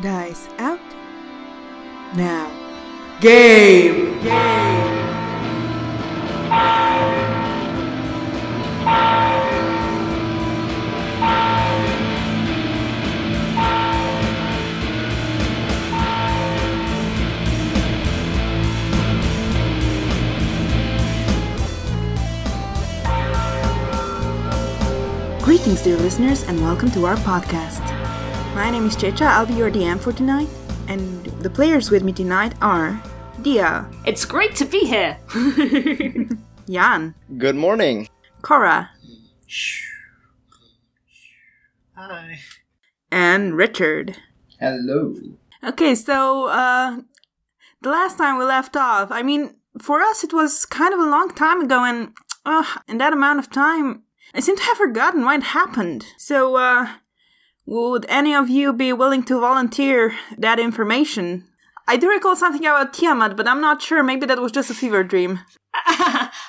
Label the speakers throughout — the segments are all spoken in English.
Speaker 1: dies out. Now, game! Greetings, dear listeners, and welcome to our podcast. My name is Checha, I'll be your DM for tonight, and the players with me tonight are Dia,
Speaker 2: It's great to be here.
Speaker 1: Jan,
Speaker 3: Good morning.
Speaker 1: Cora,
Speaker 4: Hi.
Speaker 1: and Richard.
Speaker 3: Hello.
Speaker 1: Okay, so uh the last time we left off, I mean, for us it was kind of a long time ago and uh, in that amount of time, I seem to have forgotten what happened. So uh would any of you be willing to volunteer that information? I do recall something about Tiamat, but I'm not sure. Maybe that was just a fever dream.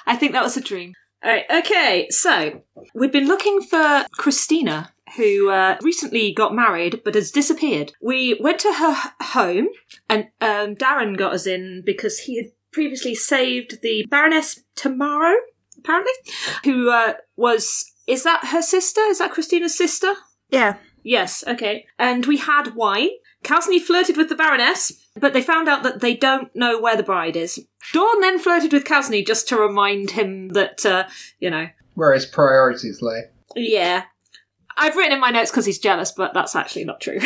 Speaker 2: I think that was a dream. All right, okay, so we've been looking for Christina, who uh, recently got married but has disappeared. We went to her h- home, and um, Darren got us in because he had previously saved the Baroness Tomorrow, apparently, who uh, was. Is that her sister? Is that Christina's sister?
Speaker 1: Yeah.
Speaker 2: Yes, okay. And we had wine. Calcini flirted with the Baroness, but they found out that they don't know where the bride is. Dawn then flirted with Calcini just to remind him that, uh, you know,
Speaker 4: Where his priorities lay.
Speaker 2: yeah. I've written in my notes because he's jealous, but that's actually not true.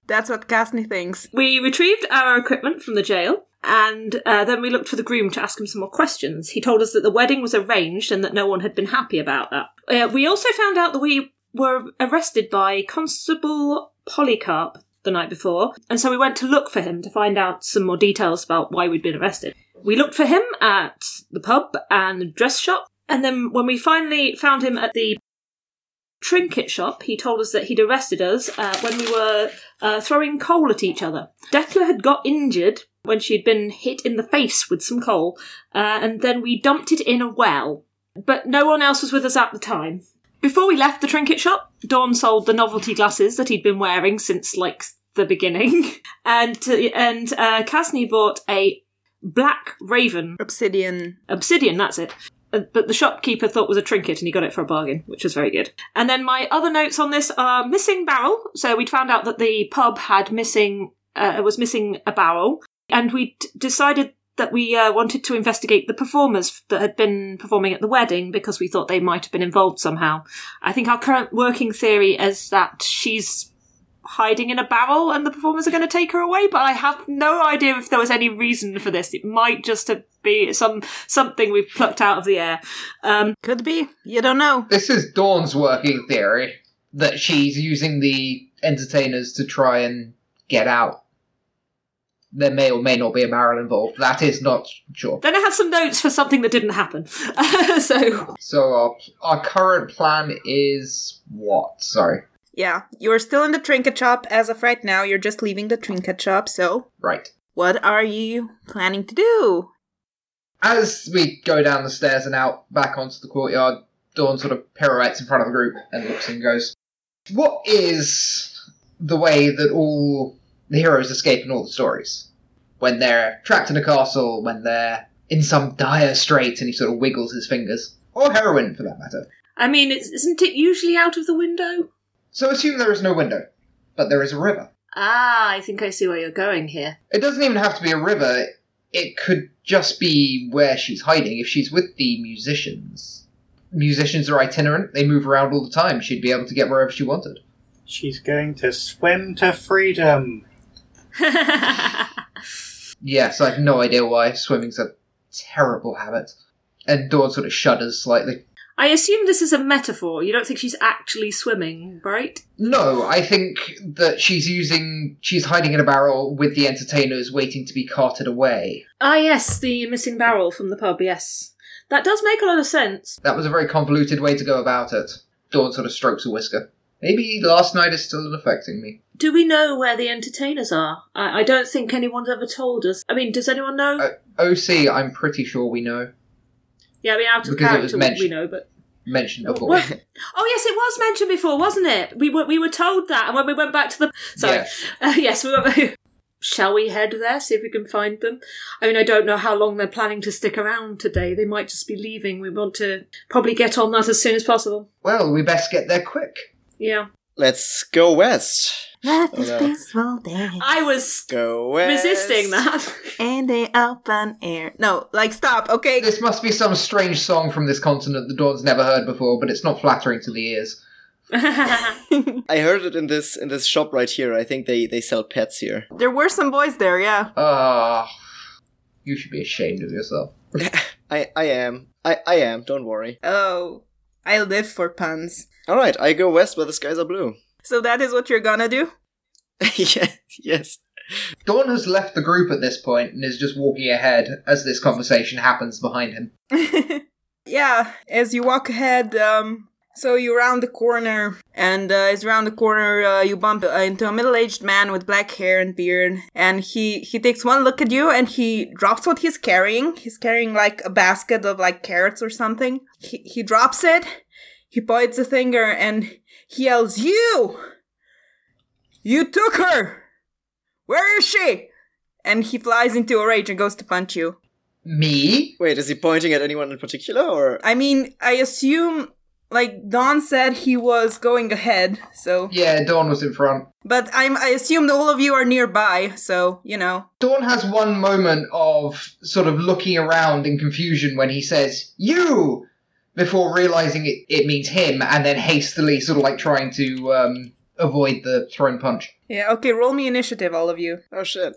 Speaker 1: That's what Casney thinks.
Speaker 2: we retrieved our equipment from the jail, and uh, then we looked for the groom to ask him some more questions. He told us that the wedding was arranged and that no one had been happy about that. Uh, we also found out that we were arrested by Constable Polycarp the night before, and so we went to look for him to find out some more details about why we'd been arrested. We looked for him at the pub and the dress shop, and then when we finally found him at the trinket shop, he told us that he'd arrested us uh, when we were uh, throwing coal at each other. Decla had got injured when she'd been hit in the face with some coal, uh, and then we dumped it in a well. But no one else was with us at the time. Before we left the trinket shop, Dawn sold the novelty glasses that he'd been wearing since like the beginning, and and uh, Casney bought a black raven
Speaker 1: Obsidian.
Speaker 2: obsidian that's it Uh, but the shopkeeper thought was a trinket and he got it for a bargain which was very good and then my other notes on this are missing barrel so we'd found out that the pub had missing uh, was missing a barrel and we decided that we uh, wanted to investigate the performers that had been performing at the wedding because we thought they might have been involved somehow i think our current working theory is that she's hiding in a barrel and the performers are going to take her away but i have no idea if there was any reason for this it might just have be some something we've plucked out of the air um
Speaker 1: Could be. You don't know.
Speaker 4: This is Dawn's working theory that she's using the entertainers to try and get out. There may or may not be a barrel involved. That is not sure.
Speaker 2: then i had some notes for something that didn't happen so
Speaker 4: So our our current plan is what? Sorry.
Speaker 1: Yeah. You're still in the trinket shop as of right now. You're just leaving the trinket shop, so
Speaker 4: Right.
Speaker 1: What are you planning to do?
Speaker 4: As we go down the stairs and out back onto the courtyard, Dawn sort of pirouettes in front of the group and looks and goes, What is the way that all the heroes escape in all the stories? When they're trapped in a castle, when they're in some dire strait, and he sort of wiggles his fingers. Or heroin, for that matter.
Speaker 2: i mean it's, isn't it usually out of the window
Speaker 4: So assume there is no window, but there is a river.
Speaker 2: ah i think i see where you're going here
Speaker 4: It doesn't even have to be a river, it could just be where she's hiding if she's with the musicians. Musicians are itinerant, they move around all the time. She'd be able to get wherever she wanted.
Speaker 5: She's going to swim to freedom.
Speaker 4: Yes, I have no idea why. Swimming's a terrible habit. And Dawn sort of shudders slightly.
Speaker 2: i assume this is a metaphor you don't think she's actually swimming right
Speaker 4: No, I think that she's using. She's hiding in a barrel with the entertainers waiting to be carted away.
Speaker 2: ah yes the missing barrel from the pub yes that does make a lot of sense
Speaker 4: That was a very convoluted way to go about it. Dawn sort of strokes a whisker. Maybe last night is still affecting me.
Speaker 2: do we know where the entertainers are i, I don't think anyone's ever told us i mean does anyone know
Speaker 4: Uh, OC, I'm pretty sure we know.
Speaker 2: yeah i mean out of
Speaker 4: because it was
Speaker 2: character we- we
Speaker 4: mentioned.
Speaker 2: know but
Speaker 4: mentioned before.
Speaker 2: Well, oh yes, it was mentioned before, wasn't it? We were we were told that, and when we went back to the sorry,
Speaker 4: Yeah.
Speaker 2: uh, yes, we went. Shall we head there see if we can find them? I mean, I don't know how long they're planning to stick around today. They might just be leaving. We want to probably get on that as soon as possible.
Speaker 4: Well, we best get there quick.
Speaker 2: Yeah,
Speaker 3: Let's go west.
Speaker 1: Life
Speaker 3: Oh,
Speaker 1: is
Speaker 3: no.
Speaker 1: peaceful there,
Speaker 2: I was
Speaker 3: Go west.
Speaker 2: resisting that.
Speaker 1: and the open air. No, like stop. Okay,
Speaker 4: This must be some strange song from this continent that Dawn's never heard before, but it's not flattering to the ears.
Speaker 3: I heard it in this in this shop right here. I think they they sell pets here.
Speaker 1: there were some boys there. Yeah,
Speaker 4: Ah, you should be ashamed of yourself.
Speaker 3: I I am. I I am. Don't worry.
Speaker 1: Oh, I live for puns.
Speaker 3: All right, I go west where the skies are blue.
Speaker 1: So that is what you're gonna do?
Speaker 3: yeah, yes.
Speaker 4: Dawn has left the group at this point and is just walking ahead as this conversation happens behind him.
Speaker 1: yeah, as you walk ahead, um, so you round the corner, and uh, as you round the corner, uh, you bump uh, into a middle-aged man with black hair and beard, and he he takes one look at you, and he drops what he's carrying. He's carrying like a basket of like carrots or something. He he drops it. He points a finger and he yells, "You! You took her! Where is she?" And he flies into a rage and goes to punch you.
Speaker 4: Me?
Speaker 3: Wait, is he pointing at anyone in particular or
Speaker 1: I mean, I assume like Don said he was going ahead, so
Speaker 4: Yeah, Dawn was in front.
Speaker 1: but I'm I assume all of you are nearby, so you know.
Speaker 4: Dawn has one moment of sort of looking around in confusion when he says, You! Before realizing it, it means him, and then hastily sort of like trying to um, avoid the thrown punch.
Speaker 1: Yeah, okay, roll me initiative, all of you.
Speaker 3: Oh shit.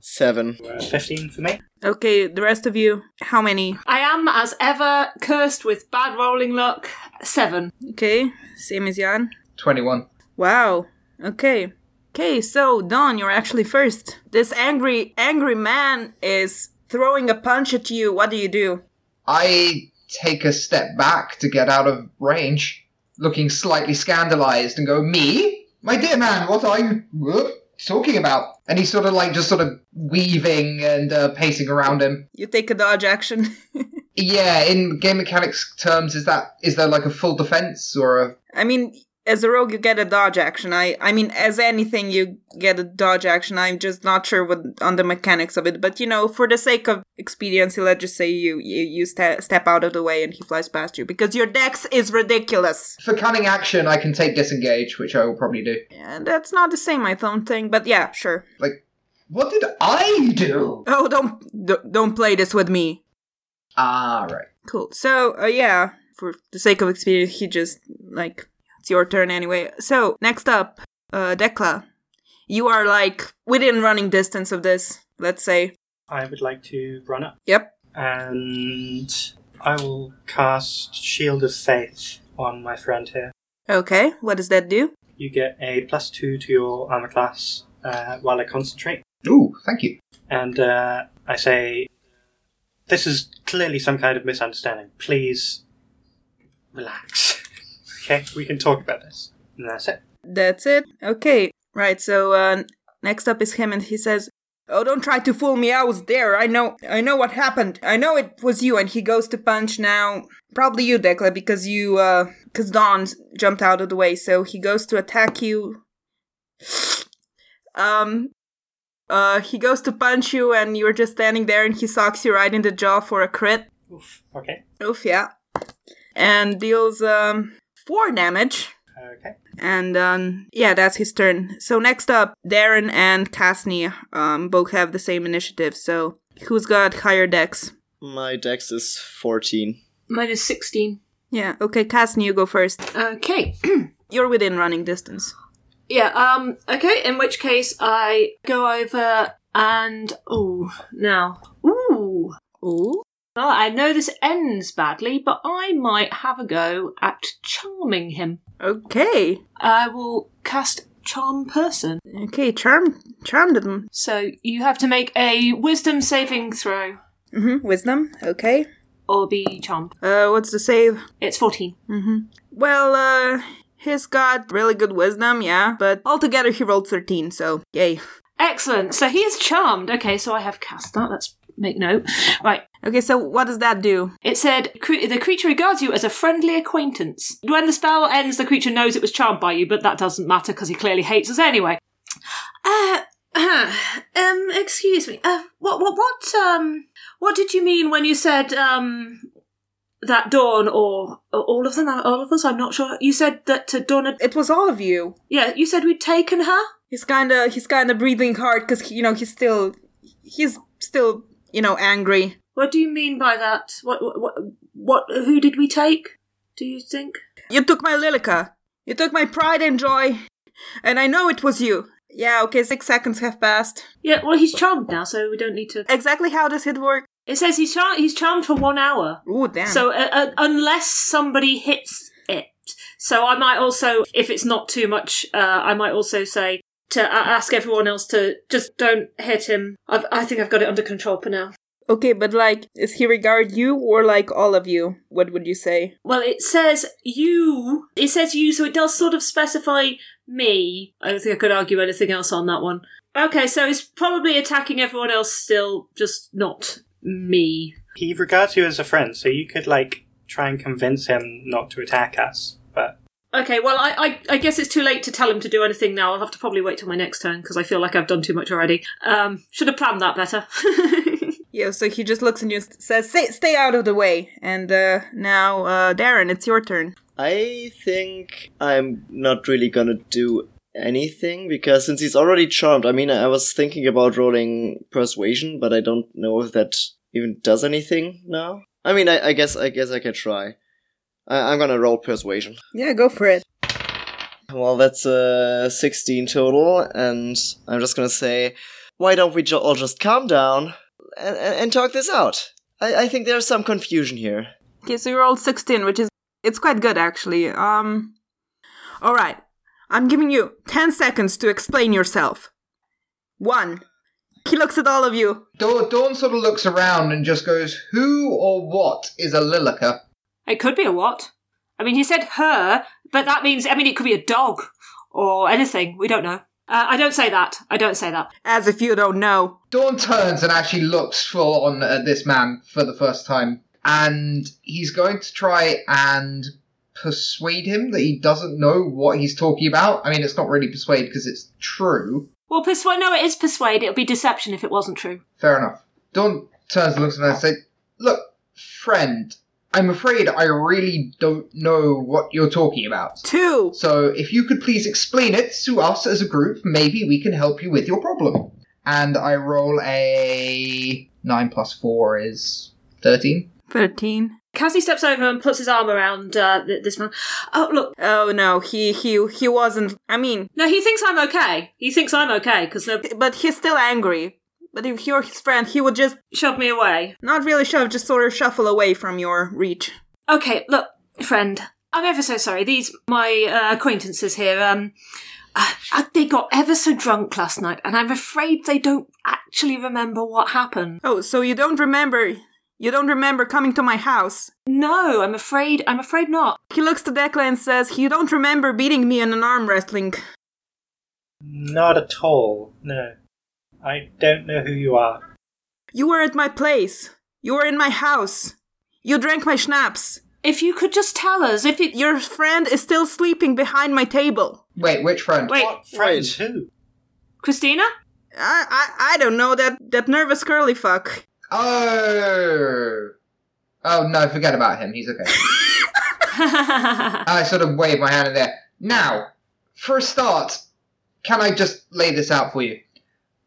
Speaker 3: 7.
Speaker 5: Uh, 15 for me.
Speaker 1: Okay, the rest of you, how many?
Speaker 2: I am, as ever, cursed with bad rolling luck. Seven.
Speaker 1: Okay, same as Jan.
Speaker 4: 21.
Speaker 1: Wow. Okay. Okay, so Don, you're actually first. This angry angry man is throwing a punch at you. What do you do?
Speaker 4: I take a step back to get out of range, looking slightly scandalized, and go, Me? My dear man, what are you uh, talking about? And he's sort of like just sort of weaving and uh, pacing around him.
Speaker 1: You take a dodge action.
Speaker 4: Yeah, in game mechanics terms, is that is there like a full defense or a.
Speaker 1: I mean, as a rogue, you get a dodge action. I, I mean, as anything, you get a dodge action. I'm just not sure what on the mechanics of it, but you know, for the sake of expediency, let's just say you you, you ste- step out of the way and he flies past you because your dex is ridiculous.
Speaker 4: For cunning action, I can take disengage, which I will probably do.
Speaker 1: Yeah, that's not the same, I don't think, but yeah, sure.
Speaker 4: What did I do?
Speaker 1: Oh, don't don't- don't play this with me.
Speaker 4: Ah, right.
Speaker 1: Cool. So, uh, yeah, for the sake of experience, he just like it's your turn anyway. So next up, uh, Decla, you are like within running distance of this. Let's say.
Speaker 5: I would like to run up.
Speaker 1: Yep.
Speaker 5: And I will cast Shield of Faith on my friend here.
Speaker 1: Okay. What does that do?
Speaker 5: You get a plus two to your armor class uh, while I concentrate.
Speaker 4: Ooh, thank you.
Speaker 5: And uh, I say, This is clearly some kind of misunderstanding. Please relax. okay, we can talk about this. And that's it.
Speaker 1: That's it. Okay. Right. So uh, next up is him, and he says, "Oh, don't try to fool me. I was there. I know. I know what happened. I know it was you." And he goes to punch now. Probably you, Decla, because you, uh, because Don jumped out of the way. So he goes to attack you. Um, uh, he goes to punch you, and you're just standing there, and he socks you right in the jaw for a crit.
Speaker 5: Oof. Okay.
Speaker 1: Oof, yeah. And deals um four damage.
Speaker 5: Okay.
Speaker 1: And um, yeah, that's his turn. So next up, Darren and Casney um, both have the same initiative. So who's got higher decks?
Speaker 3: My dex is 14.
Speaker 2: Mine is 16.
Speaker 1: Yeah, okay, Casney, you go first.
Speaker 2: Okay.
Speaker 1: You're within running distance.
Speaker 2: Yeah, um, okay, in which case I go over and. Ooh, now. Ooh.
Speaker 1: Ooh.
Speaker 2: Well, I know this ends badly, but I might have a go at charming him.
Speaker 1: Okay.
Speaker 2: I will cast Charm Person.
Speaker 1: Okay, charm, charmed them.
Speaker 2: So you have to make a Wisdom saving throw
Speaker 1: Mm-hmm. Wisdom. Okay.
Speaker 2: or be charmed.
Speaker 1: Uh, what's the save?
Speaker 2: It's 14.
Speaker 1: Well, uh, he's got really good wisdom, yeah. But altogether, he rolled thirteen. So yay.
Speaker 2: Excellent. So he is charmed. Okay, so I have cast that. Let's make note. Right.
Speaker 1: Okay, so what does that do?
Speaker 2: It said "Cre- the creature regards you as a friendly acquaintance. When the spell ends, the creature knows it was charmed by you, but that doesn't matter because he clearly hates us anyway. Uh, um, excuse me. Uh, what, what, what, um, what did you mean when you said um that Dawn or, or all of them, all of us? I'm not sure. You said that uh, Dawn had.
Speaker 1: It was all of you.
Speaker 2: Yeah, you said we'd taken her.
Speaker 1: He's kind of he's kind of breathing hard because you know he's still he's still you know angry.
Speaker 2: What do you mean by that? What, what, what, what who did we take? Do you think?
Speaker 1: You took my Lilica. You took my pride and joy, and I know it was you. Yeah. Okay. Six seconds have passed.
Speaker 2: Yeah, well, he's charmed now, so we don't need to.
Speaker 1: Exactly how does it work?
Speaker 2: It says he's char- he's charmed for one hour.
Speaker 1: Ooh, damn.
Speaker 2: So uh, uh, unless somebody hits it, so I might also, if it's not too much, uh, I might also say to uh, ask everyone else to just don't hit him. I've, I think I've got it under control for now.
Speaker 1: okay, but like, is he regard you or like all of you? What would you say?
Speaker 2: Well, it says you. It says you, so it does sort of specify me. I don't think I could argue anything else on that one. Okay, so he's probably attacking everyone else still, just not me.
Speaker 5: He regards you as a friend, so you could like try and convince him not to attack us. But
Speaker 2: Okay, well, I, I, I guess it's too late to tell him to do anything now. I'll have to probably wait till my next turn because I feel like I've done too much already. Um, should have planned that better.
Speaker 1: Yeah. So he just looks and just says, "Stay, stay out of the way." And uh, now, uh, Darren, it's your turn.
Speaker 3: I think I'm not really gonna do anything because since he's already charmed, I mean, I was thinking about rolling persuasion, but I don't know if that even does anything now. I mean, I, I guess I guess I can try. I, I'm gonna roll persuasion.
Speaker 1: Yeah, go for it.
Speaker 3: Well, that's uh, 16 total, and I'm just gonna say, why don't we ju- all just calm down and, and, and talk this out? I, I think there's some confusion here.
Speaker 1: Okay, so you rolled 16, which is it's quite good actually. Um All right. I'm giving you 10 seconds to explain yourself. 1. He looks at all of you.
Speaker 4: Dawn, Dawn sort of looks around and just goes, "Who or what is a Lilica?"
Speaker 2: it could be a what? I mean, he said her, but that means, I mean, it could be a dog or anything. We don't know. Uh, I don't say that. I don't say that.
Speaker 1: As if you don't know.
Speaker 4: Dawn turns and actually looks full on at this man for the first time, and he's going to try and persuade him that he doesn't know what he's talking about. I mean, it's not really persuade because it's true.
Speaker 2: Well, persuade. No, it is persuade. It would be deception if it wasn't true.
Speaker 4: Fair enough. Dawn turns and looks at him and says, "Look, friend, I'm afraid I really don't know what you're talking about.
Speaker 1: 2.
Speaker 4: So if you could please explain it to us as a group, maybe we can help you with your problem. And I roll a nine plus four is thirteen.
Speaker 1: 13.
Speaker 2: Cassie steps over and puts his arm around uh, th- this man. Oh, look.
Speaker 1: Oh no, he he he wasn't. I mean,
Speaker 2: No, he thinks I'm okay. He thinks I'm okay because no
Speaker 1: but he's still angry. But if you're his friend, he would just
Speaker 2: shoved me away.
Speaker 1: not really shove, just sort of shuffle away from your reach.
Speaker 2: Okay, look, friend. I'm ever so sorry. These my uh, acquaintances here. Um, uh, uh, they got ever so drunk last night, and I'm afraid they don't actually remember what happened.
Speaker 1: Oh, so you don't remember you don't remember coming to my house.
Speaker 2: No, I'm afraid. I'm afraid not.
Speaker 1: He looks to Declan and says, You don't remember beating me in an arm wrestling.
Speaker 5: not at all. No, I don't know who you are.
Speaker 1: You were at my place. You were in my house. You drank my schnapps.
Speaker 2: If you could just tell us, if it,
Speaker 1: Your friend is still sleeping behind my table.
Speaker 4: Wait, which friend?
Speaker 2: wait,
Speaker 5: What friend?
Speaker 3: Wait.
Speaker 5: Who?
Speaker 2: Christina.
Speaker 1: I, I, I don't know that, that nervous curly fuck.
Speaker 4: Oh, oh no, forget about him. He's okay. I sort of wave my hand in there. Now, for a start, can I just lay this out for you?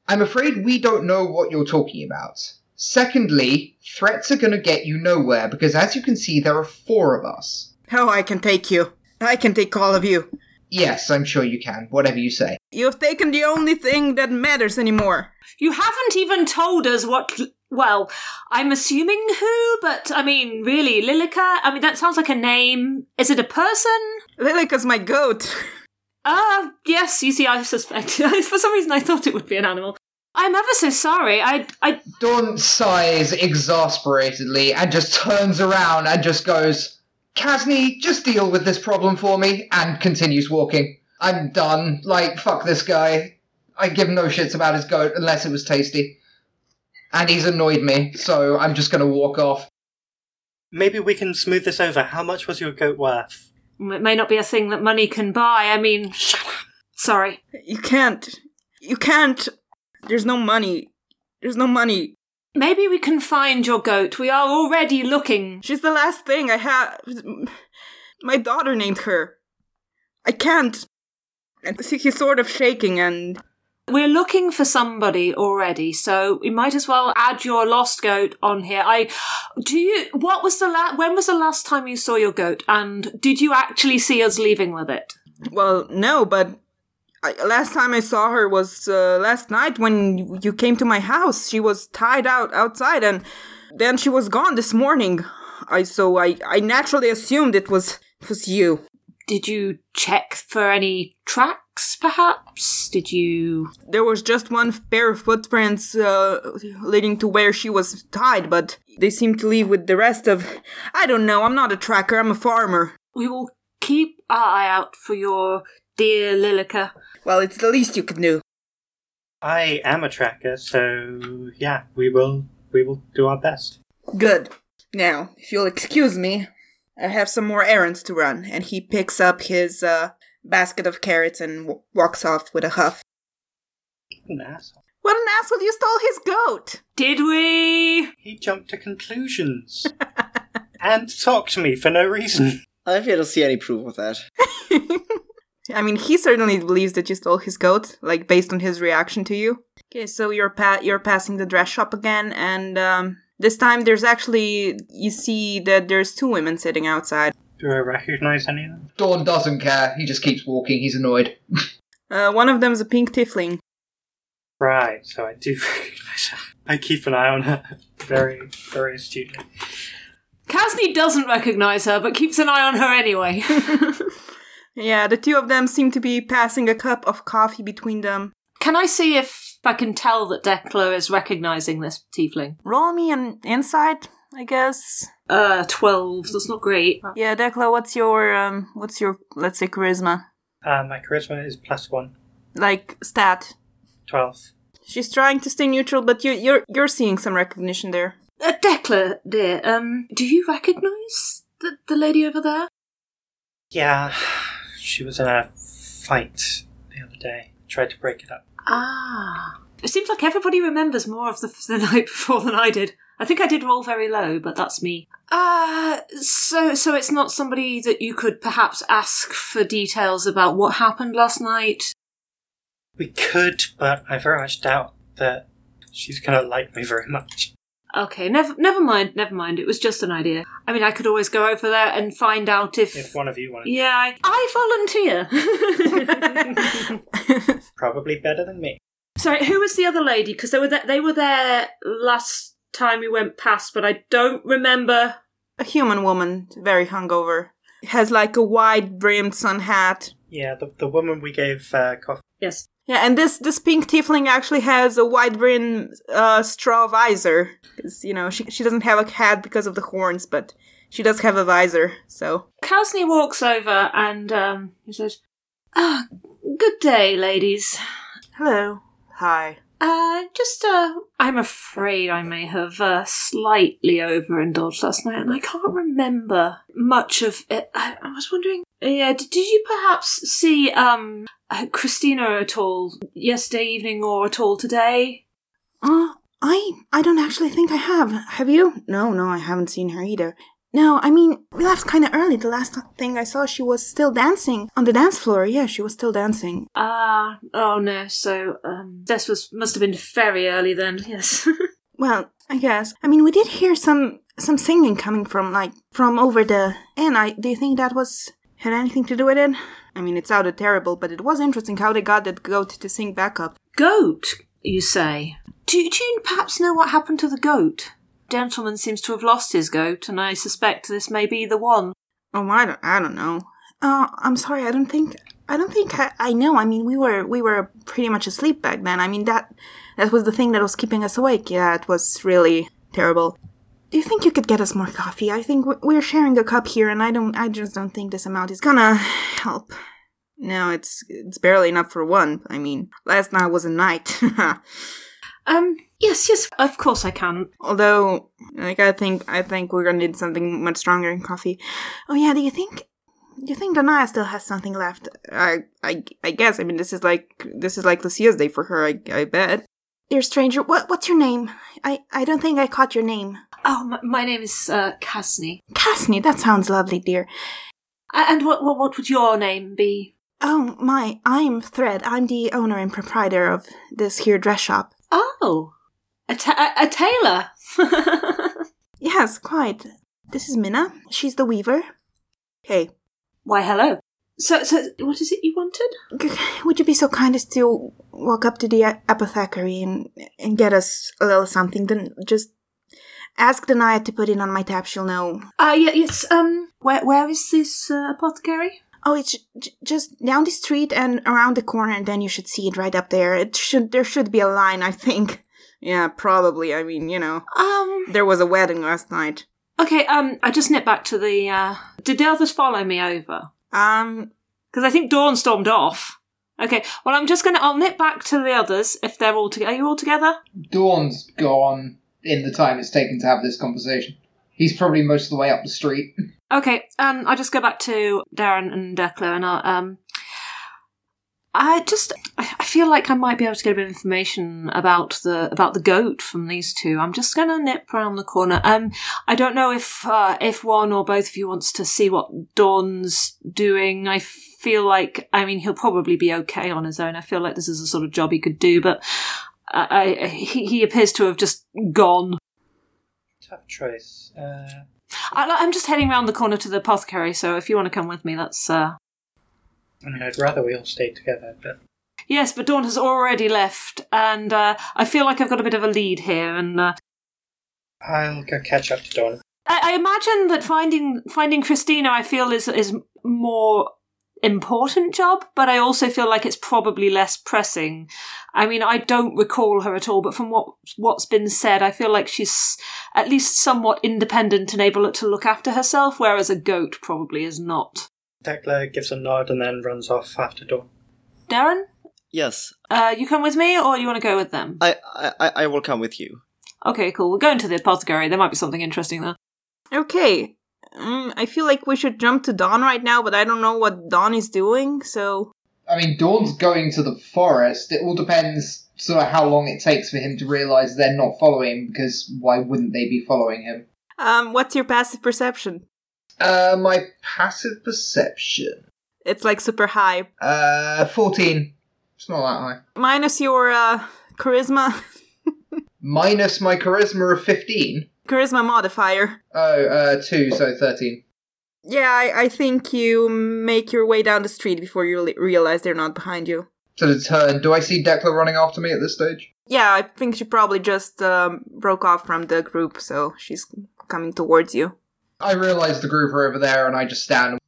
Speaker 4: I'm afraid we don't know what you're talking about. Secondly, threats are going to get you nowhere because, as you can see, there are four of us.
Speaker 1: Oh, I can take you. I can take all of you.
Speaker 4: Yes, I'm sure you can, whatever you say.
Speaker 1: You've taken the only thing that matters anymore.
Speaker 2: you haven't even told us what. Well, I'm assuming who, but I mean, really, Lilica. I mean, that sounds like a name. Is it a person?
Speaker 1: Lilica's my goat.
Speaker 2: Ah, yes, you see, I suspect. For some reason, I thought it would be an animal. I'm ever so sorry. I, I,
Speaker 4: Dawn sighs exasperatedly and just turns around and just goes, Kazni, just deal with this problem for me, and continues walking. I'm done. Like, fuck this guy. I give no shits about his goat unless it was tasty. and he's annoyed me, so I'm just going to walk off.
Speaker 5: Maybe we can smooth this over. How much was your goat worth?
Speaker 2: It may not be a thing that money can buy. I mean, shut up. Sorry.
Speaker 1: You can't. You can't. There's no money. There's no money.
Speaker 2: Maybe we can find your goat. We are already looking.
Speaker 1: She's the last thing I have. My daughter named her. I can't. And see, he's sort of shaking and.
Speaker 2: We're looking for somebody already, so we might as well add your lost goat on here. I do you what was the la- when was the last time you saw your goat and did you actually see us leaving with it?
Speaker 1: Well, no, but. I, last time I saw her was uh, last night when you- you came to my house. She was tied out outside and then she was gone this morning. I so I, I naturally assumed it was it was you.
Speaker 2: Did you check for any tracks perhaps? Did you
Speaker 1: There was just one pair of footprints uh, leading to where she was tied, but they seem to leave with the rest of. I don't know, I'm not a tracker, I'm a farmer.
Speaker 2: we will keep our eye out for your dear Lilica.
Speaker 1: Well, it's the least you can do.
Speaker 5: I am a tracker, so yeah, we will we will do our best.
Speaker 1: Good. Now, if you'll excuse me, I have some more errands to run. And he picks up his uh, basket of carrots and w- walks off with a huff.
Speaker 5: An asshole.
Speaker 1: What an asshole, you stole his goat!
Speaker 2: Did we?
Speaker 5: He jumped to conclusions and talked to me for no reason.
Speaker 3: I've yet to see any proof of that.
Speaker 1: I mean, he certainly believes that you stole his goat, like based on his reaction to you. Okay, so you're pa- you're passing the dress shop again, and um, this time there's actually you see that there's two women sitting outside.
Speaker 5: Do I recognize any of them?
Speaker 4: Dawn doesn't care. He just keeps walking. He's annoyed.
Speaker 1: Uh, one of them's a pink tiefling.
Speaker 5: Right, so I do recognize her. I keep an eye on her very, very astutely.
Speaker 2: Casney doesn't recognise her, but keeps an eye on her anyway.
Speaker 1: Yeah, the two of them seem to be passing a cup of coffee between them.
Speaker 2: can I see if I can tell that Decla is recognising this tiefling?
Speaker 1: Roll me an insight, I guess.
Speaker 2: Uh, 12. That's not great.
Speaker 1: Yeah, Decla, what's your um, what's your let's say charisma,
Speaker 5: Uh, my charisma is plus one.
Speaker 1: like stat?
Speaker 5: Twelve.
Speaker 1: She's trying to stay neutral, but you you're you're seeing some recognition there.
Speaker 2: Uh, Decla, dear, um, do you recognise the, the lady over there?
Speaker 5: Yeah, she was in a fight the other day. Tried to break it up.
Speaker 2: Ah. It seems like everybody remembers more of the, the night before than I did. I think I did roll very low, but that's me. Uh, so, so it's not somebody that you could perhaps ask for details about what happened last night?
Speaker 5: We could, but I very much doubt that she's gonna like me very much.
Speaker 2: Okay, never, never mind, never mind. It was just an idea. I mean, I could always go over there and find out if.
Speaker 5: If one of you wanted,
Speaker 2: yeah, I, I volunteer.
Speaker 5: probably better than me.
Speaker 2: Sorry, who was the other lady? Because they were there, they were there last time we went past, but I don't remember.
Speaker 1: a human woman, very hungover, has like a wide brimmed sun hat.
Speaker 5: Yeah, the, the woman we gave uh, coffee.
Speaker 2: Yes,
Speaker 1: Yeah, and this this pink tiefling actually has a wide brimmed uh, straw visor. Because you know she she doesn't have a hat because of the horns, but she does have a visor. So
Speaker 2: Cowsney walks over and um, he says, "Ah, good day, ladies.
Speaker 1: hello, hi.
Speaker 2: Uh, just uh, I'm afraid I may have uh, slightly overindulged last night, and I can't remember much of it. I, I was wondering, yeah, did, did you perhaps see um uh, Christina at all yesterday evening or at all today?"
Speaker 1: Uh, I I don't actually think I have. Have you? No, no, I haven't seen her either. No, I mean we left kind of early. The last thing I saw, she was still dancing on the dance floor. Yeah, she was still dancing.
Speaker 2: Ah, oh no. So um, this was must have been very early then. Yes.
Speaker 1: Well, I guess. I mean, we did hear some some singing coming from like from over the And I do you think that was had anything to do with it? I mean, it sounded terrible, but it was interesting how they got that goat to sing back up.
Speaker 2: goat, you say? Do, do you perhaps know what happened to the goat? Gentleman seems to have lost his goat, and I suspect this may be the one.
Speaker 1: Oh, I don't, I don't know. Oh, I'm sorry. I don't think I don't think I, I know. I mean, we were we were pretty much asleep back then. I mean that that was the thing that was keeping us awake. Yeah, it was really terrible. Do you think you could get us more coffee? I think we're- we're sharing a cup here, and I don't. I just don't think this amount is gonna help. No, it's it's barely enough for one. I mean, last night was a night.
Speaker 2: Um, Yes, yes, of course I can.
Speaker 1: Although, like, I think I think we're gonna need something much stronger than coffee. Oh yeah, do you think? Do you think Danaya still has something left? I, I, I guess. I mean, this is like this is like Lucia's day for her. I, I bet. Dear stranger, what what's your name? I I don't think I caught your name.
Speaker 2: Oh, my, my name is uh, Casney.
Speaker 1: Casney. That sounds lovely, dear.
Speaker 2: A- And what, what what would your name be?
Speaker 1: Oh my, I'm Thread. I'm the owner and proprietor of this here dress shop.
Speaker 2: Oh, a, ta- a, a tailor.
Speaker 1: Yes, quite. This is Minna. She's the weaver. Hey,
Speaker 2: Why, hello. So, so what is it you wanted?
Speaker 1: g- would you be so kind as to walk up to the a- apothecary and and get us a little something? Then just ask the Naya to put it on my tab. She'll know.
Speaker 2: Uh, yeah, yes. Um, where where is this uh, apothecary?
Speaker 1: Oh, it's j- just down the street and around the corner, and then you should see it right up there. It should there should be a line, I think. Yeah, probably. I mean, you know,
Speaker 2: Um,
Speaker 1: there was a wedding last night.
Speaker 2: okay. Um, I just nipped back to the. Uh, did the others follow me over?
Speaker 1: Um,
Speaker 2: Because I think Dawn stormed off. Okay. Well, I'm just gonna. I'll nip back to the others if they're all together. Are you all together?
Speaker 4: Dawn's gone in the time it's taken to have this conversation. He's probably most of the way up the street.
Speaker 2: Okay, um, I'll just go back to Darren and Declan, and I'll, um, I just I I feel like I might be able to get a bit of information about the about the goat from these two. I'm just gonna nip round the corner. Um, I don't know if uh, if one or both of you wants to see what Dawn's doing. I feel like I mean he'll probably be okay on his own. I feel like this is a sort of job he could do, but I, I he, he appears to have just gone.
Speaker 5: Tough choice. Uh,
Speaker 2: I, I'm just heading round the corner to the apothecary, so if you want to come with me, that's uh,
Speaker 5: I mean, I'd rather we all stayed together, but
Speaker 2: Yes, but Dawn has already left, and uh, I feel like I've got a bit of a lead here. And uh,
Speaker 5: I'll go catch up to Dawn.
Speaker 2: I, I imagine that finding finding Christina, I feel is is more important job, but I also feel like it's probably less pressing. I mean, I don't recall her at all, but from what what's been said, I feel like she's at least somewhat independent and able to look after herself, whereas a goat probably is not.
Speaker 5: Tekla gives a nod and then runs off after Dawn.
Speaker 2: Darren,
Speaker 3: Yes,
Speaker 2: uh, you come with me, or you want to go with them?
Speaker 3: I, I, I- I will come with you.
Speaker 2: okay, cool. We're going to the apothecary. There might be something interesting there.
Speaker 1: Okay. Um, I feel like we should jump to Dawn right now, but I don't know what Dawn is doing, so.
Speaker 4: I mean, Dawn's going to the forest. It all depends sort of how long it takes for him to realise they're not following him, because why wouldn't they be following him?
Speaker 1: Um, what's your passive perception?
Speaker 4: Uh, my passive perception.
Speaker 1: It's like super high.
Speaker 4: Uh, 14. It's not that high.
Speaker 1: Minus your, uh, charisma.
Speaker 4: Minus my charisma of 15.
Speaker 1: charisma modifier.
Speaker 4: Oh, uh, 2, so 13.
Speaker 1: Yeah, I, I think you make your way down the street before you li- realize they're not behind you.
Speaker 4: To the turn. Do I see Declan running after me at this stage?
Speaker 1: Yeah, I think she probably just um, broke off from the group, so she's coming towards you.
Speaker 4: I realise the group are over there and I just stand.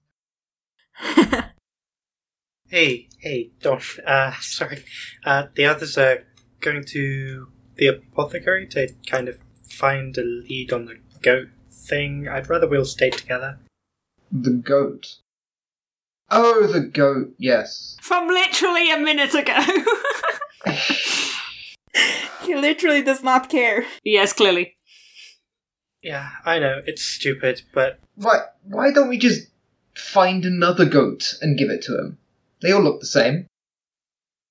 Speaker 5: Hey, hey, Dawn. Uh, sorry. Uh, the others are going to the apothecary to kind of find a lead on the goat thing. I'd rather we all stayed together.
Speaker 4: The goat. Oh, the goat, yes.
Speaker 2: From literally a minute ago.
Speaker 1: he literally does not care.
Speaker 2: yes, clearly.
Speaker 5: Yeah, I know, it's stupid, but
Speaker 4: Why, why don't we just find another goat and give it to him? They all look the same.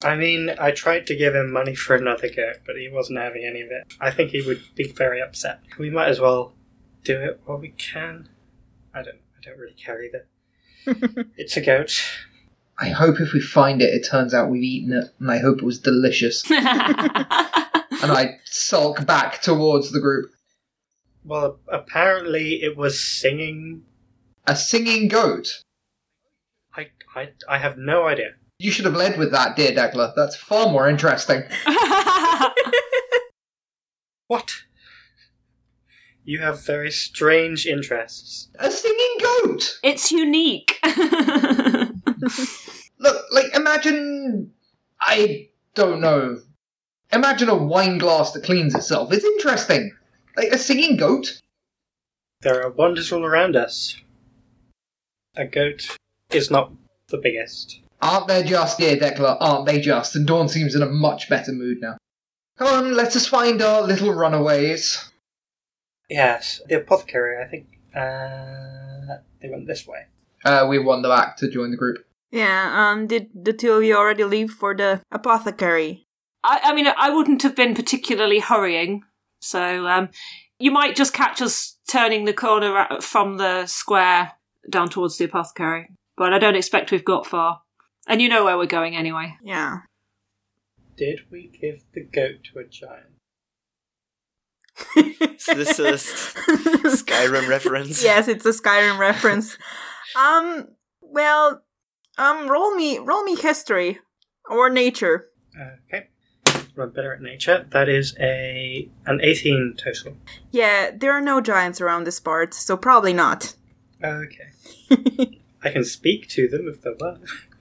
Speaker 5: I mean, I tried to give him money for another goat, but he wasn't having any of it. I think he would be very upset. We might as well do it while we can. I don't. I don't really care either. it's a goat.
Speaker 4: I hope if we find it, it turns out we've eaten it, and I hope it was delicious. and I sulk back towards the group.
Speaker 5: Well, apparently it was singing.
Speaker 4: A singing goat?
Speaker 5: I, I, I have no idea.
Speaker 4: You should have led with that, dear Degla. That's far more interesting.
Speaker 5: What? You have very strange interests.
Speaker 4: A singing goat!
Speaker 2: it's unique.
Speaker 4: Look, like, imagine. I don't know. Imagine a wine glass that cleans itself. It's interesting. Like, a singing goat?
Speaker 5: There are wonders all around us. A goat is not the biggest.
Speaker 4: Aren't they just, dear Decla? Aren't they just? And Dawn seems in a much better mood now. Come on, let us find our little runaways.
Speaker 5: Yes, the apothecary. I think uh, they went this way.
Speaker 4: Uh, we won them back to join the group.
Speaker 1: Yeah, um, did the two of you already leave for the apothecary?
Speaker 2: I, I mean, I wouldn't have been particularly hurrying, so um, you might just catch us turning the corner ra- from the square down towards the apothecary. But I don't expect we've got far, and you know where we're going anyway.
Speaker 1: Yeah.
Speaker 5: Did we give the goat to a giant?
Speaker 1: Is
Speaker 3: this a s- Skyrim reference.
Speaker 1: Yes, it's a Skyrim reference. Um, well, um, roll me, roll me history or nature.
Speaker 5: Okay. I'm better at nature. That is a an 18 total.
Speaker 1: Yeah, there are no giants around this part, so probably not.
Speaker 5: Okay. I can speak to them if they were.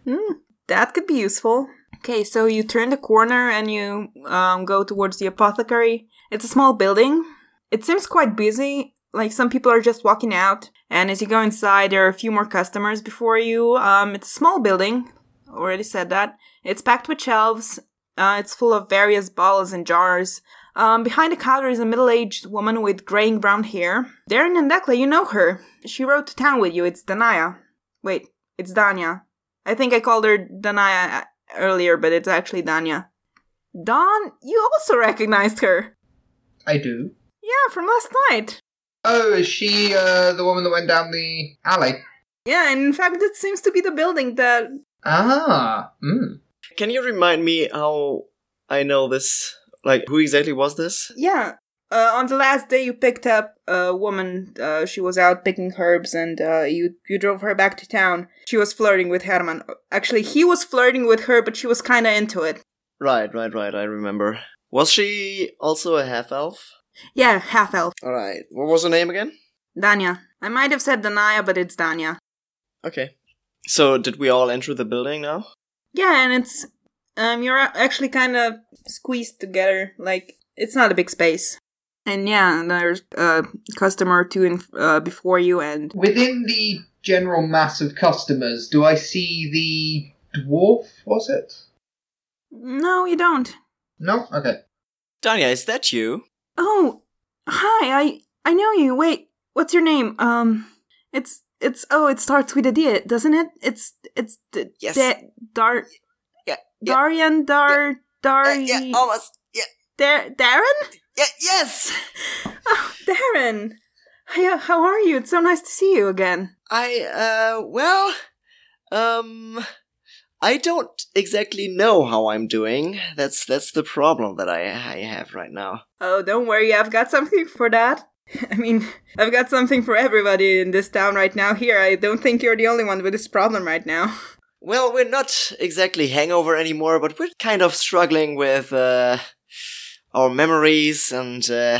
Speaker 1: Hmm, that could be useful. Okay, so you turn the corner and you um, go towards the apothecary. It's a small building. It seems quite busy. Like some people are just walking out, and as you go inside, there are a few more customers before you. Um, it's a small building. Already said that. It's packed with shelves. Uh, it's full of various bottles and jars. Um, behind the counter is a middle-aged woman with graying brown hair. Darren and Dekla, you know her. She rode to town with you. It's Danaya. Wait, it's Danya. I think I called her Danaya uh, earlier, but it's actually Danya. Don, you also recognized her.
Speaker 4: I do.
Speaker 1: Yeah, from last night.
Speaker 4: Oh, is she uh, the woman that went down the alley?
Speaker 1: Yeah, and in fact, it seems to be the building that.
Speaker 4: Ah, hmm.
Speaker 3: Can you remind me how I know this? Like, who exactly was this?
Speaker 1: Yeah. Uh, on the last day, you picked up a woman. Uh, she was out picking herbs, and uh, you you drove her back to town. She was flirting with Herman. Actually, he was flirting with her, but she was kind of into it.
Speaker 3: Right, right, right. I remember. Was she also a half elf?
Speaker 1: Yeah, half elf.
Speaker 3: All right. What was her name again?
Speaker 1: Danya. I might have said Danaya, but it's Danya.
Speaker 3: Okay. So, did we all enter the building now?
Speaker 1: Yeah, and it's um you're a- actually kind of squeezed together. Like it's not a big space. And yeah, and there's a customer or two in uh, before you, and
Speaker 4: Within the general mass of customers, do I see the dwarf? Was it?
Speaker 1: no, you don't.
Speaker 4: No. Okay.
Speaker 3: Danya, is that you?
Speaker 1: Oh, hi, I I know you. Wait, what's your name? Um, it's it's oh, it starts with a D, doesn't it? It's it's d-
Speaker 3: Yes.
Speaker 1: da- dar
Speaker 3: Yeah, yeah.
Speaker 1: Darian Dar Dar oh.
Speaker 3: almost. Yeah,
Speaker 1: Dar- Darren
Speaker 3: yeah, yes.
Speaker 1: oh, Darren. Hiya, how are you? It's so nice to see you again.
Speaker 3: I uh well um I don't exactly know how I'm doing. That's that's the problem that I I have right now.
Speaker 1: Oh, don't worry, I've got something for that. I mean, I've got something for everybody in this town right now here. I don't think you're the only one with this problem right now.
Speaker 3: Well, we're not exactly hangover anymore, but we're kind of struggling with uh our memories and uh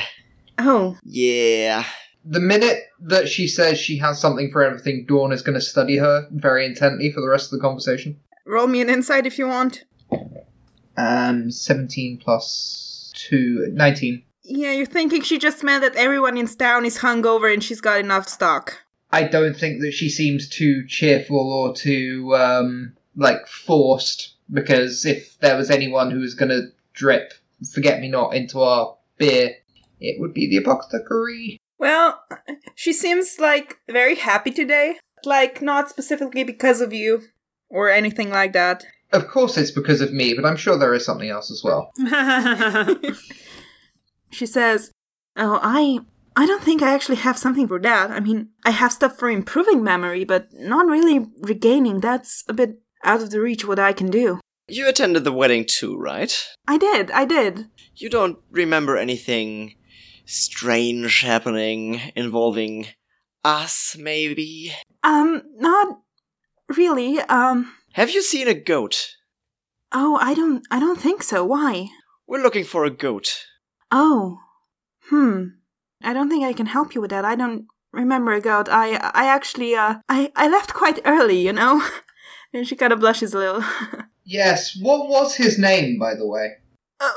Speaker 1: Oh,
Speaker 3: yeah.
Speaker 4: The minute that she says she has something for everything, Dawn is going to study her very intently for the rest of the conversation.
Speaker 1: roll me an insight if you want.
Speaker 4: Um, 17 plus 2, 19.
Speaker 1: Yeah, you're thinking she just meant that everyone in town is hungover and she's got enough stock.
Speaker 4: I don't think that she seems too cheerful or too, um, like, forced, because if there was anyone who was going to drip Forget Me Not into our beer, it would be the apothecary.
Speaker 1: Well, she seems like very happy today. Like, not specifically because of you or anything like that.
Speaker 4: Of course, it's because of me, but I'm sure there is something else as well.
Speaker 1: she says, "Oh, I I don't think I actually have something for that. I mean, I have stuff for improving memory, but not really regaining. That's a bit out of the reach what I can do."
Speaker 3: You attended the wedding too, right?
Speaker 1: I did. I did.
Speaker 3: You don't remember anything strange happening involving us maybe?
Speaker 1: Um, not really. Um,
Speaker 3: Have you seen a goat?
Speaker 1: oh, I don't I don't think so. Why?
Speaker 3: We're looking for a goat.
Speaker 1: Oh. Hmm. I don't think I can help you with that. I don't remember a goat. I I actually uh I I left quite early, you know. and she kind of blushes a little.
Speaker 4: Yes, what was his name, by the way?
Speaker 1: uh,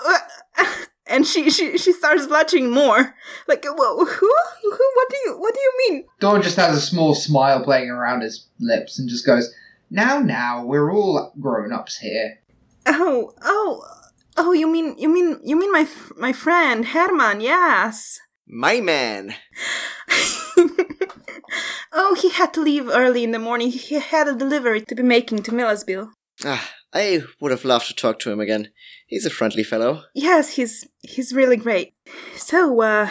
Speaker 1: uh, and she, she she starts blushing more. Like, whoa, who, who? What do you what do you mean?
Speaker 4: Dawn just has a small smile playing around his lips and just goes, Now, now, we're all grown ups here.
Speaker 1: Oh, oh, Oh, you mean you mean you mean my f- my friend Herman? Yes.
Speaker 3: My man.
Speaker 1: oh, he had to leave early in the morning. He had a delivery to be making to Millersville.
Speaker 3: Ah, I would have loved to talk to him again. He's a friendly fellow.
Speaker 1: Yes, he's he's really great. So, uh,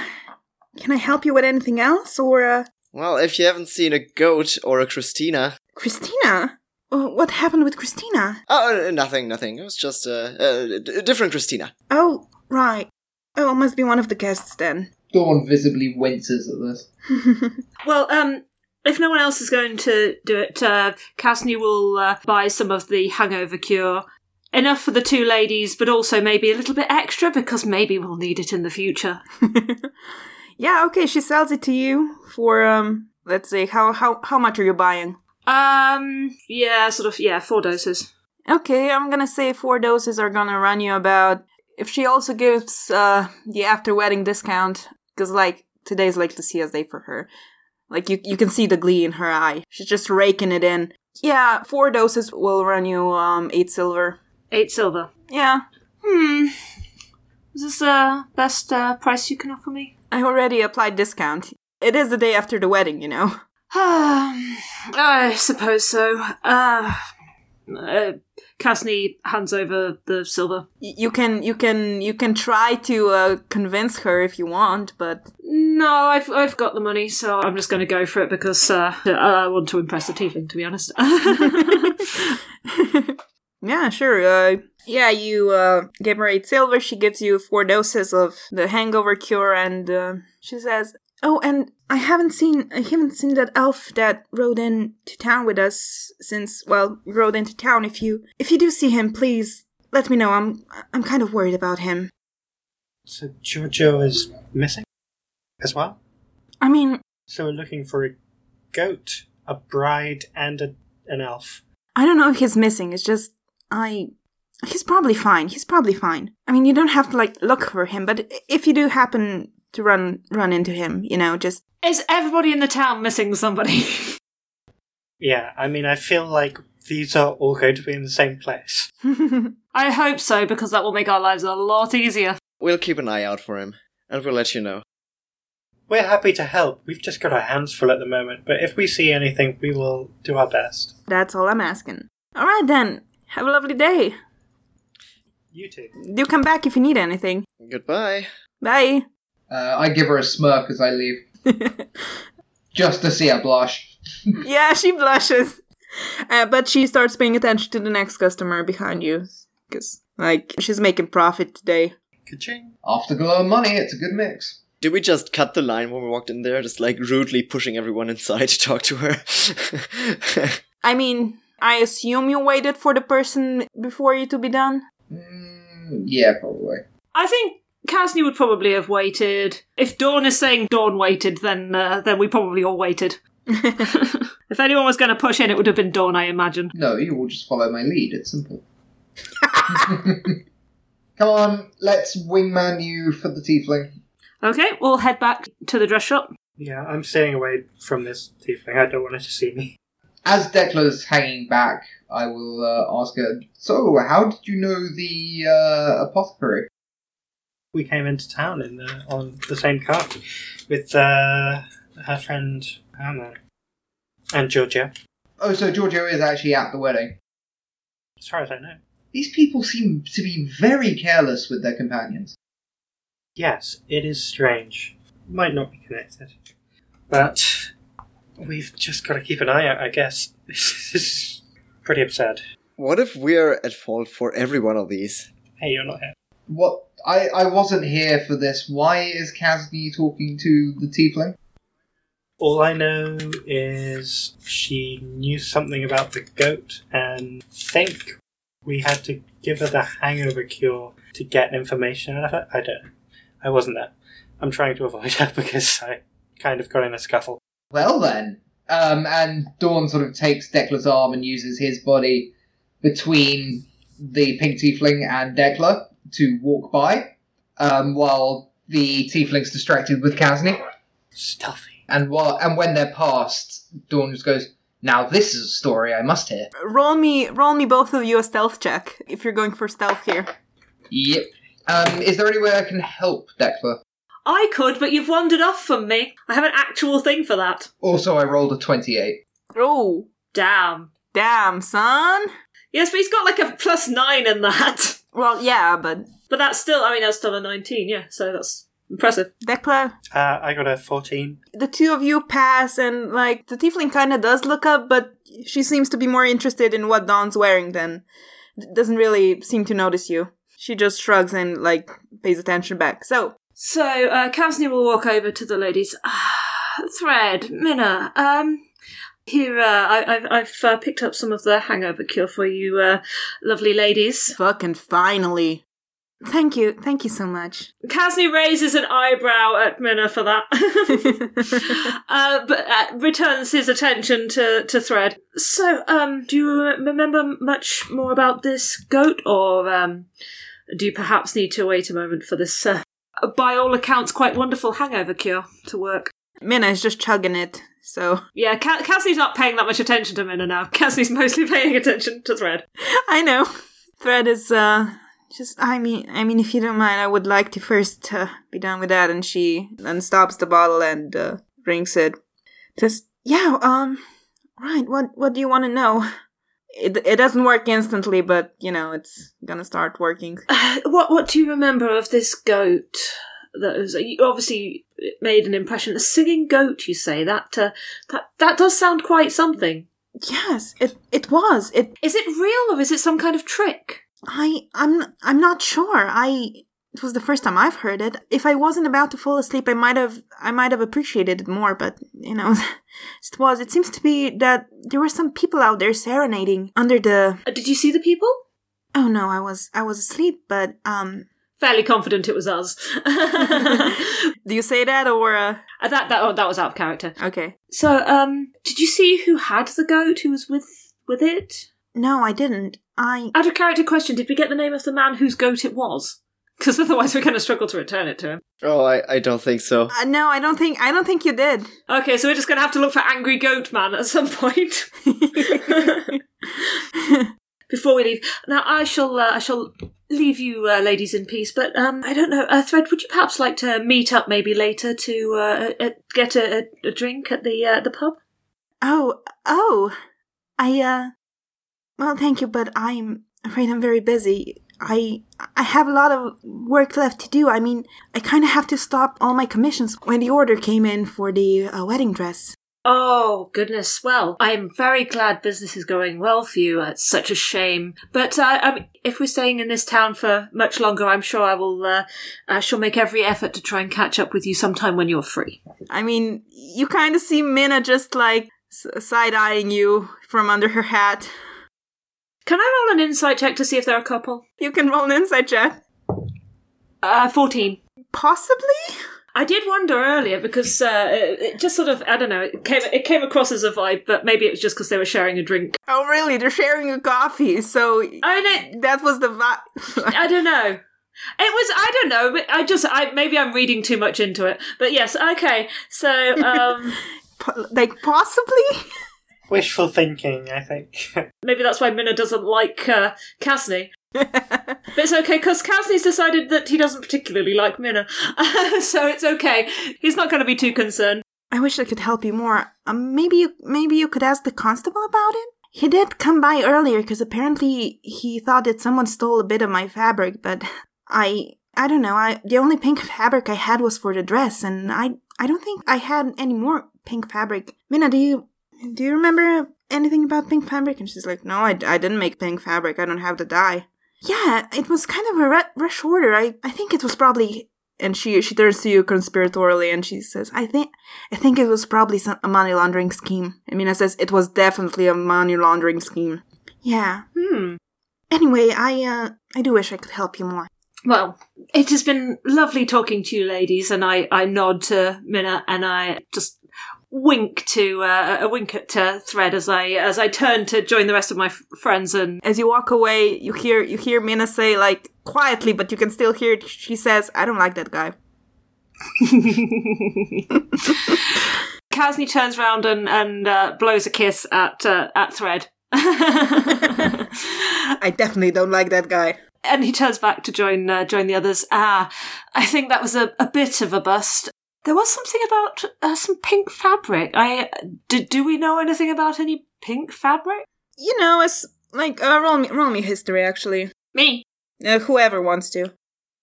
Speaker 1: can I help you with anything else, or uh,
Speaker 3: Well, if you haven't seen a goat or a Christina.
Speaker 1: Christina? Oh, What happened with Christina?
Speaker 3: Oh, uh, nothing, nothing. It was just uh, uh, d- a different Christina.
Speaker 1: Oh, right. Oh, it must be one of the guests then.
Speaker 4: Dawn visibly winces at this.
Speaker 2: Well, um, if no one else is going to do it, uh, Casny will uh, buy some of the hangover cure. Enough for the two ladies, but also maybe a little bit extra because maybe we'll need it in the future.
Speaker 1: yeah, okay, she sells it to you for um let's see, how how how much are you buying?
Speaker 2: Um, yeah, sort of, yeah, four doses.
Speaker 1: Okay, I'm gonna say four doses are gonna run you about if she also gives uh the after wedding discount, because like today's like the CS day for her. Like you you can see the glee in her eye. She's just raking it in. Yeah, four doses will run you um eight silver.
Speaker 2: Eight silver.
Speaker 1: Yeah.
Speaker 2: Hmm. Is this the uh, best uh, price you can offer me?
Speaker 1: I already applied discount. It is the day after the wedding, you know.
Speaker 2: Um, I suppose so. Uh, uh, Casny hands over the silver.
Speaker 1: Y- You can you can you can try to uh, convince her if you want, but
Speaker 2: No, I've I've got the money, so I'm just going to go for it because uh, I want to impress the tiefling, to be honest.
Speaker 1: yeah, sure. Uh, yeah, you uh, give her eight silver. She gives you four doses of the hangover cure, and uh, she says, "Oh, and I haven't seen I haven't seen that elf that rode in to town with us since well rode into town. If you if you do see him, please let me know. I'm I'm kind of worried about him."
Speaker 5: So Giorgio is missing as well.
Speaker 1: I mean,
Speaker 5: So we're looking for a goat, a bride, and a, an elf.
Speaker 1: I don't know if he's missing. It's just I. He's probably fine. He's probably fine. I mean, you don't have to like look for him, but i- if you do happen to run run into him, you know, just
Speaker 2: Is everybody in the town missing somebody?
Speaker 5: Yeah, I mean, I feel like these are all going to be in the same place.
Speaker 2: I hope so because that will make our lives a lot easier.
Speaker 3: We'll keep an eye out for him, and we'll let you know.
Speaker 5: We're happy to help. We've just got our hands full at the moment, but if we see anything, we will do our best.
Speaker 1: that's all I'm asking. All right then. Have a lovely day.
Speaker 5: You too.
Speaker 1: Do come back if you need anything.
Speaker 3: Goodbye.
Speaker 1: Bye.
Speaker 4: Uh, I give her a smirk as I leave, just to see her blush.
Speaker 1: yeah, she blushes, uh, but she starts paying attention to the next customer behind you because like she's making profit today.
Speaker 5: Ka-ching.
Speaker 4: Afterglow and money, it's a good mix.
Speaker 3: Did we just cut the line when we walked in there, just like rudely pushing everyone inside to talk to her?
Speaker 1: I mean, I assume you waited for the person before you to be done.
Speaker 4: Mm, yeah, probably.
Speaker 2: I think Casny would probably have waited. If Dawn is saying Dawn waited, then uh, then we probably all waited. if anyone was going to push in, it would have been Dawn, I imagine.
Speaker 4: No, you will just follow my lead. It's simple. Come on, let's wingman you for the tiefling.
Speaker 2: Okay, we'll head back to the dress shop.
Speaker 5: Yeah, I'm staying away from this tiefling. I don't want her to see me.
Speaker 4: As Decla's hanging back, I will uh, ask her. So, how did you know the uh, apothecary?
Speaker 5: We came into town in the, on the same cart with uh, her friend Anna and Georgia,
Speaker 4: Oh, so Giorgio is actually at the wedding.
Speaker 5: as far as I know.
Speaker 4: These people seem to be very careless with their companions.
Speaker 5: Yes, it is strange. Might not be connected. But we've just got to keep an eye out, I guess. this is pretty absurd.
Speaker 3: what if we're at fault for every one of these?
Speaker 5: Hey, you're not here.
Speaker 4: What? I, I wasn't here for this. Why is Casney talking to the tiefling?
Speaker 5: All I know is she knew something about the goat and think we had to give her the hangover cure to get information out of her. I don't know. I wasn't there. I'm trying to avoid her because I kind of got in a scuffle.
Speaker 4: Well then, um, and Dawn sort of takes Decla's arm and uses his body between the pink tiefling and Decla to walk by, um, while the tiefling's distracted with Casney.
Speaker 5: Stealthy.
Speaker 4: And while and when they're past, Dawn just goes, "Now this is a story I must hear."
Speaker 1: Roll me, roll me both of you a stealth check if you're going for stealth here.
Speaker 4: Yep. Um, is there any way I can help Declan?
Speaker 2: I could, but you've wandered off from me. I have an actual thing for that.
Speaker 4: Also, I rolled a 28.
Speaker 1: Oh,
Speaker 2: Damn.
Speaker 1: damn, son.
Speaker 2: Yes, but he's got like a plus nine in that.
Speaker 1: Well, yeah, but
Speaker 2: But that's still, I mean, that's still a 19, yeah, so that's impressive.
Speaker 1: Dekla,
Speaker 5: Uh, I got a 14.
Speaker 1: the two of you pass, and like the tiefling kind of does look up, but she seems to be more interested in what Dawn's wearing than d- doesn't really seem to notice you. She just shrugs and like pays attention back. So
Speaker 2: So, uh, Kavsny will walk over to the ladies. Thread, Minna, um, here, uh, I, I've, I've uh, picked up some of the hangover cure for you, uh, lovely ladies.
Speaker 1: fucking finally. Thank you, thank you so much.
Speaker 2: Kasny raises an eyebrow at Minna for that, uh, but uh, returns his attention to, to Thread. So, um, do you remember much more about this goat, or um, do you perhaps need to wait a moment for this, uh, by all accounts, quite wonderful hangover cure to work?
Speaker 1: Minna is just chugging it, so
Speaker 2: Yeah, Ca- Kasny's not paying that much attention to Minna now. Kasny's mostly paying attention to Thread.
Speaker 1: I know. Thread is uh just I mean I mean if you don't mind I would like to first uh, be done with that and she unstops the bottle and uh, drinks it. Just yeah, um right, what what do you want to know? It it doesn't work instantly, but you know, it's going to start working.
Speaker 2: Uh, what what do you remember of this goat that was you obviously it made an impression a singing goat you say that uh, that that does sound quite something
Speaker 1: Yes, it it was. It
Speaker 2: is it real or is it some kind of trick
Speaker 1: I I'm I'm not sure. I it was the first time I've heard it. If I wasn't about to fall asleep, I might have I might have appreciated it more, but you know, it was. It seems to be that there were some people out there serenading under the
Speaker 2: Uh, did you see the people
Speaker 1: Oh no, I was I was asleep, but um
Speaker 2: fairly confident it was us Uh,
Speaker 1: do you say that or uh
Speaker 2: that that oh, that was out of character
Speaker 1: okay.
Speaker 2: so um did you see who had the goat who was with with it
Speaker 1: No, I didn't. I
Speaker 2: out of character question did we get the name of the man whose goat it was because otherwise we're going to struggle to return it to him
Speaker 3: Oh, I, I don't think so.
Speaker 1: uh, no, I don't think I don't think you did.
Speaker 2: Okay, so we're just going to have to look for Angry Goat Man at some point before we leave. Now, I shall, uh, I shall leave you, uh, ladies, in peace. But um, I don't know, uh, Thread. Would you perhaps like to meet up maybe later to uh, uh, get a, a, a drink at the uh, the pub?
Speaker 1: Oh, oh. I uh well, thank you, but I'm afraid I'm very busy. I I have a lot of work left to do. I mean, I kind of have to stop all my commissions when the order came in for the uh, wedding dress.
Speaker 2: Oh goodness! Well, I am very glad business is going well for you. Uh, It's such a shame, but uh, I mean, if we're staying in this town for much longer, I'm sure I will. Uh, I shall make every effort to try and catch up with you sometime when you're free.
Speaker 1: I mean, you kind of see Minna just like s- side eyeing you from under her hat.
Speaker 2: Can I roll an insight check to see if they're a couple?
Speaker 1: You can roll an insight check.
Speaker 2: Uh, 14.
Speaker 1: Possibly?
Speaker 2: I did wonder earlier because uh, it it just sort of, I don't know, it came, it came across as a vibe, but maybe it was just because they were sharing a drink.
Speaker 1: Oh, really? They're sharing a coffee, so
Speaker 2: I don't,
Speaker 1: that was the vibe.
Speaker 2: I don't know. It was, I don't know, but I just, I maybe I'm reading too much into it. But yes, okay. So, um,
Speaker 1: Po- like, possibly?
Speaker 5: Wishful thinking, I think.
Speaker 2: maybe that's why Minna doesn't like uh, Casney. but it's okay because Casney's decided that he doesn't particularly like Minna. so it's okay. He's not going to be too concerned.
Speaker 1: I wish I could help you more. Um, maybe you maybe you could ask the constable about it. He did come by earlier because apparently he thought that someone stole a bit of my fabric, but I I don't know. I the only pink fabric I had was for the dress, and I I don't think I had any more pink fabric. Mina, do you do you remember anything about pink fabric? And she's like, No, I, I didn't make pink fabric. I don't have the dye. Yeah, it was kind of a ru- rush order. I I think it was probably. And she she turns to you conspiratorially, and she says, "I think I think it was probably some, a money laundering scheme. I mean, I says it was definitely a money laundering scheme. Yeah.
Speaker 2: Hmm.
Speaker 1: Anyway, I uh, I do wish I could help you more.
Speaker 2: Well, it has been lovely talking to you, ladies, and I, I nod to Minna and I just wink to uh, a wink at uh, Thread as I as I turn to join the rest of my f- friends and
Speaker 1: As you walk away, you hear you hear Mina say like quietly, but you can still hear it. She says, "I don't like that guy."
Speaker 2: Kasny turns round and and uh, blows a kiss at uh, at Thread.
Speaker 1: I definitely don't like that guy.
Speaker 2: And he turns back to join uh, join the others. Ah, I think that was a, a bit of a bust. There was something about uh, some pink fabric. I do, do we know anything about any pink fabric?
Speaker 1: You know, it's like uh, roll me roll me history actually.
Speaker 2: Me,
Speaker 1: Uh, whoever wants to.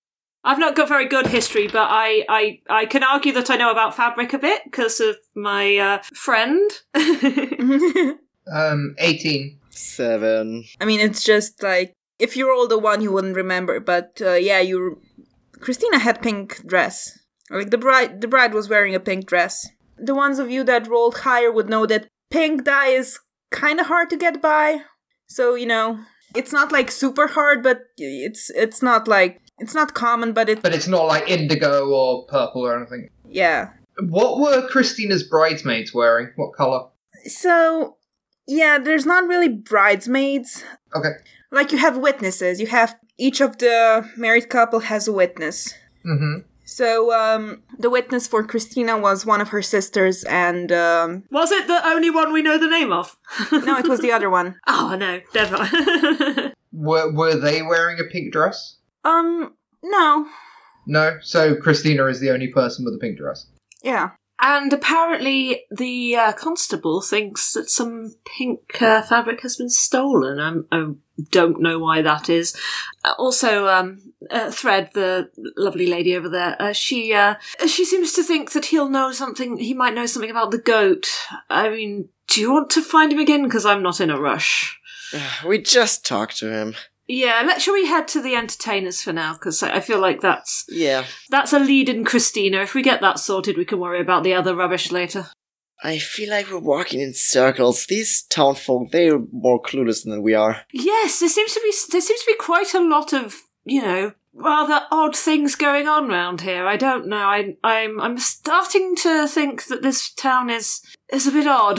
Speaker 2: I've not got very good history, but I I, I can argue that I know about fabric a bit because of my uh, friend.
Speaker 1: I
Speaker 4: Um, 18.
Speaker 3: Seven.
Speaker 1: mean, it's just like if you rolled a one, you wouldn't remember. But uh, yeah, you. Christina had pink dress. Like the bride, the bride was wearing a pink dress. The ones of you that rolled higher would know that pink dye is kind of hard to get by. So you know, it's not like super hard, but it's it's not like it's not common, but it
Speaker 4: But it's not like indigo or purple or anything.
Speaker 1: yeah.
Speaker 4: What were Christina's bridesmaids wearing? What colour?
Speaker 1: So, yeah, there's not really bridesmaids.
Speaker 4: Okay.
Speaker 1: Like, you have witnesses. You have each of the married couple has a witness.
Speaker 4: Mm
Speaker 1: So, um, the witness for Christina was one of her sisters, and, um,
Speaker 2: Was it the only one we know the name of?
Speaker 1: no, it was the other one.
Speaker 2: Oh no, never.
Speaker 4: hmm. Were, were they wearing a pink dress?
Speaker 1: Um, no.
Speaker 4: No? So Christina is the only person with a pink dress.
Speaker 1: Yeah.
Speaker 2: and apparently, the uh, constable thinks that some pink uh, fabric has been stolen. I'm, I don't know why that is. Uh, also, um, uh, Thread, the lovely lady over there, uh, she uh, she seems to think that he'll know something. He might know something about the goat. I mean, do you want to find him again? Because I'm not in a rush.
Speaker 3: We just talked to him.
Speaker 2: Yeah, let shall we head to the entertainers for now? Because I I feel like that's
Speaker 3: Yeah.
Speaker 2: That's a lead in Christina. If we get that sorted, we can worry about the other rubbish later.
Speaker 3: I feel like we're walking in circles. These townfolk, they're more clueless than we are.
Speaker 2: Yes, there seems to be there seems to be quite a lot of you know rather odd things going on round here. I don't know. I, I'm I'm starting to think that this town is is a bit odd.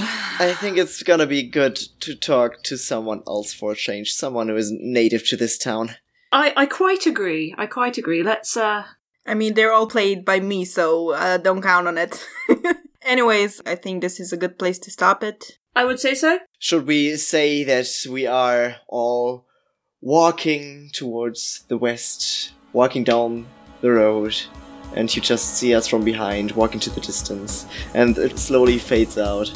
Speaker 3: I think it's gonna be good to talk to someone else for a change, someone who isn't native to this town.
Speaker 2: I I quite agree. I quite agree. Let's uh
Speaker 1: I mean, they're all played by me, so, uh, don't count on it. Anyways, I think this is a good place to stop it.
Speaker 2: I would say so.
Speaker 3: Should we say that we are all walking towards the west, walking down the road, and you just see us from behind, walking to the distance, and it slowly fades out.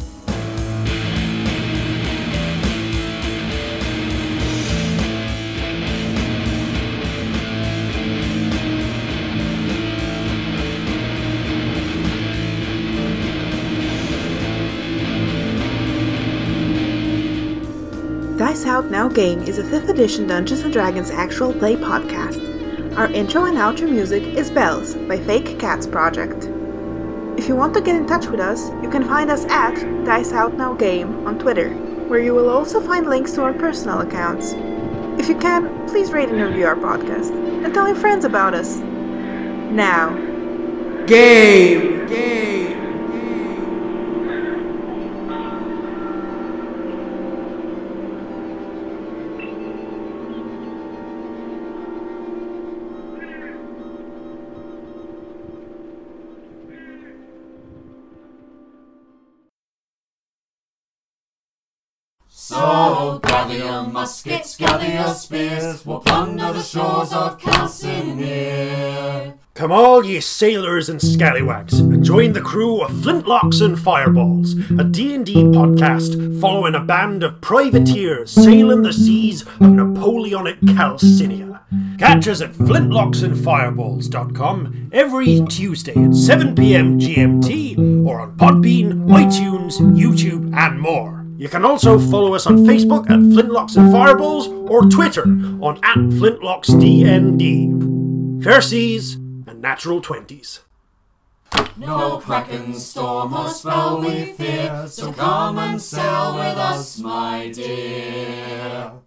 Speaker 6: Dice Out Now Game is a 5th edition Dungeons & Dragons actual play podcast. Our intro and outro music is Bells by Fake Cats Project. If you want to get in touch with us, you can find us at Dice Out Now Game on Twitter, where you will also find links to our personal accounts. If you can, please rate and review our podcast and tell your friends about us. Now,
Speaker 7: Game. Game. So gather your muskets, gather your spears, we'll plunder the shores of Calcinere. Come all ye sailors and scallywags, and join the crew of Flintlocks and Fireballs, a D&D podcast following a band of privateers sailing the seas of Napoleonic Calcinia. Catch us at flintlocksandfireballs.com every Tuesday at 7pm GMT, or on Podbean, iTunes, YouTube, and more. You can also follow us on Facebook at Flintlocks and Fireballs or Twitter on at FlintlocksDND. Fair seas and natural 20s.
Speaker 8: No kraken, storm, or spell we fear, so come and sail with us, my dear.